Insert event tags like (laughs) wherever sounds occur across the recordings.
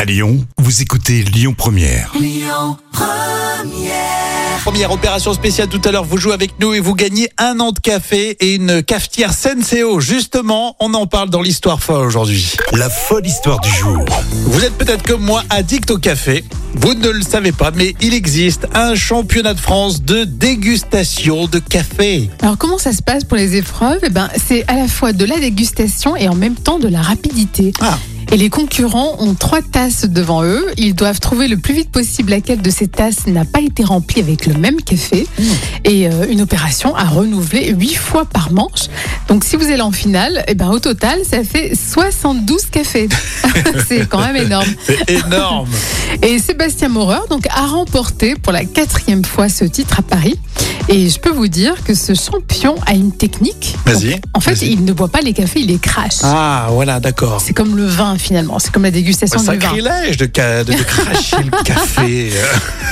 À Lyon, vous écoutez Lyon Première. Première opération spéciale tout à l'heure, vous jouez avec nous et vous gagnez un an de café et une cafetière Senseo. Justement, on en parle dans l'histoire folle aujourd'hui. La folle histoire du jour. Vous êtes peut-être comme moi addict au café. Vous ne le savez pas, mais il existe un championnat de France de dégustation de (laughs) café. Alors comment ça se passe pour les épreuves Eh ben, c'est à la fois de la dégustation et en même temps de la rapidité. Ah. Et les concurrents ont trois tasses devant eux. Ils doivent trouver le plus vite possible laquelle de ces tasses n'a pas été remplie avec le même café. Et euh, une opération à renouveler huit fois par manche. Donc si vous allez en finale, eh ben, au total, ça fait 72 cafés. (laughs) c'est quand même énorme. C'est énorme. Et Sébastien Moreur donc, a remporté pour la quatrième fois ce titre à Paris. Et je peux vous dire que ce champion a une technique. Vas-y. En fait, Vas-y. il ne boit pas les cafés, il les crache. Ah, voilà, d'accord. C'est comme le vin finalement, c'est comme la dégustation C'est un du vin. sacrilège de, ca- de, de cracher le (laughs) café.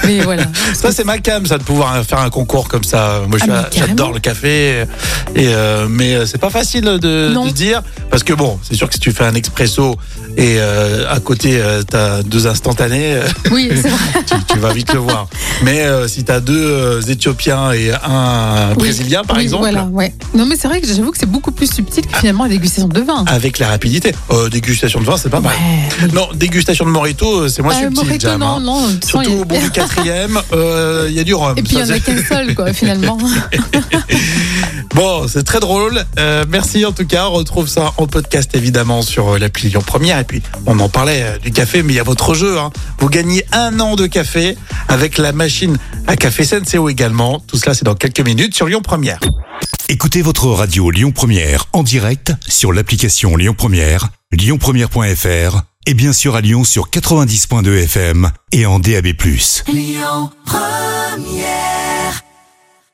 Mais (laughs) voilà. Ça, c'est ma cam, ça, de pouvoir faire un concours comme ça. Moi, je Ah, suis- mais carrément. j'adore le café. Et, euh, mais euh, c'est pas facile de, Non. de dire. Parce que bon, c'est sûr que si tu fais un expresso et euh, à côté, euh, t'as deux instantanés, euh, (laughs) Oui, c'est vrai. tu, tu vas vite le voir. Mais euh, si t'as deux euh, Éthiopiens et un Brésilien, par Oui, exemple. Voilà, ouais. Non, mais c'est vrai que j'avoue que c'est beaucoup plus subtil que finalement la dégustation de vin. Avec la rapidité. Euh, dégustation de vin, c'est pas mal. Ouais. Non, dégustation de Morito, euh, c'est moins Ah, subtil, Morito, Jam, non, hein. non, de toute façon, Surtout il y a- au bout du quatrième, euh, il y a du rhum. Et puis il Ça, n'y en a c'est- qu'un seul, (laughs) quoi, finalement. Bon, c'est très drôle. Euh, merci en tout cas. On retrouve ça en podcast évidemment sur euh, l'appli Lyon Première. Et puis, on en parlait euh, du café, mais il y a votre jeu. hein. Vous gagnez un an de café avec la machine à café Senseo également. Tout cela, c'est dans quelques minutes sur Lyon Première. Écoutez votre radio Lyon Première en direct sur l'application Lyon Première, lyonpremière.fr et bien sûr à Lyon sur 90.2 FM et en DAB+.